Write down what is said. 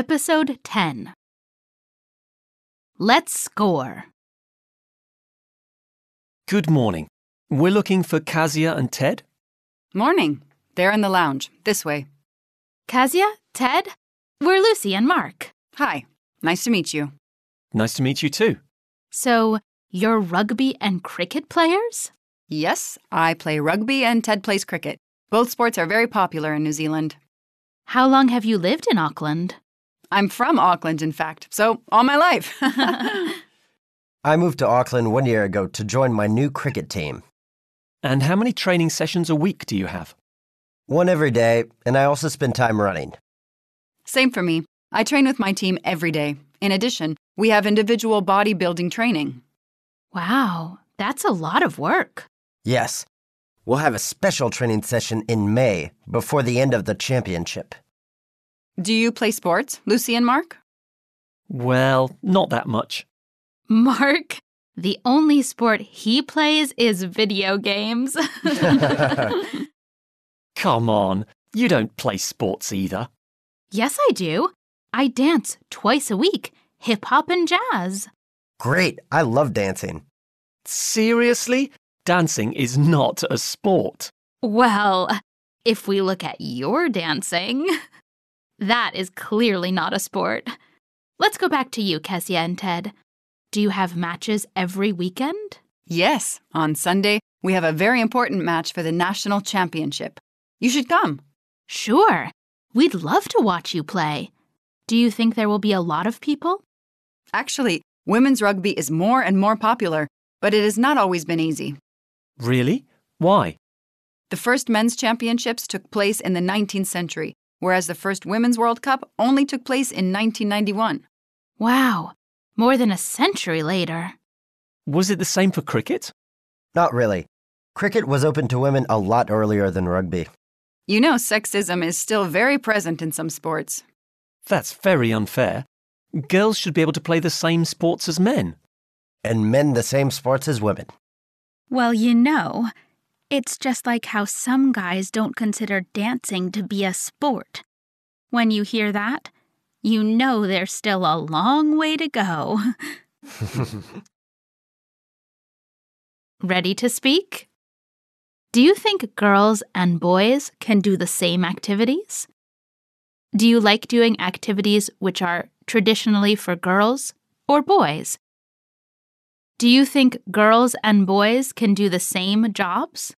Episode 10 Let's Score. Good morning. We're looking for Kazia and Ted. Morning. They're in the lounge. This way. Kazia, Ted, we're Lucy and Mark. Hi. Nice to meet you. Nice to meet you too. So, you're rugby and cricket players? Yes, I play rugby and Ted plays cricket. Both sports are very popular in New Zealand. How long have you lived in Auckland? I'm from Auckland, in fact, so all my life. I moved to Auckland one year ago to join my new cricket team. And how many training sessions a week do you have? One every day, and I also spend time running. Same for me. I train with my team every day. In addition, we have individual bodybuilding training. Wow, that's a lot of work. Yes. We'll have a special training session in May before the end of the championship. Do you play sports, Lucy and Mark? Well, not that much. Mark, the only sport he plays is video games. Come on, you don't play sports either. yes, I do. I dance twice a week hip hop and jazz. Great. I love dancing. Seriously? Dancing is not a sport. Well, if we look at your dancing, that is clearly not a sport. Let's go back to you, Kessia and Ted. Do you have matches every weekend? Yes, on Sunday, we have a very important match for the national championship. You should come. Sure. We'd love to watch you play. Do you think there will be a lot of people? Actually, women's rugby is more and more popular, but it has not always been easy. Really? Why? The first men's championships took place in the 19th century, whereas the first Women's World Cup only took place in 1991. Wow, more than a century later. Was it the same for cricket? Not really. Cricket was open to women a lot earlier than rugby. You know, sexism is still very present in some sports. That's very unfair. Girls should be able to play the same sports as men. And men the same sports as women. Well, you know, it's just like how some guys don't consider dancing to be a sport. When you hear that, you know there's still a long way to go. Ready to speak? Do you think girls and boys can do the same activities? Do you like doing activities which are traditionally for girls or boys? Do you think girls and boys can do the same jobs?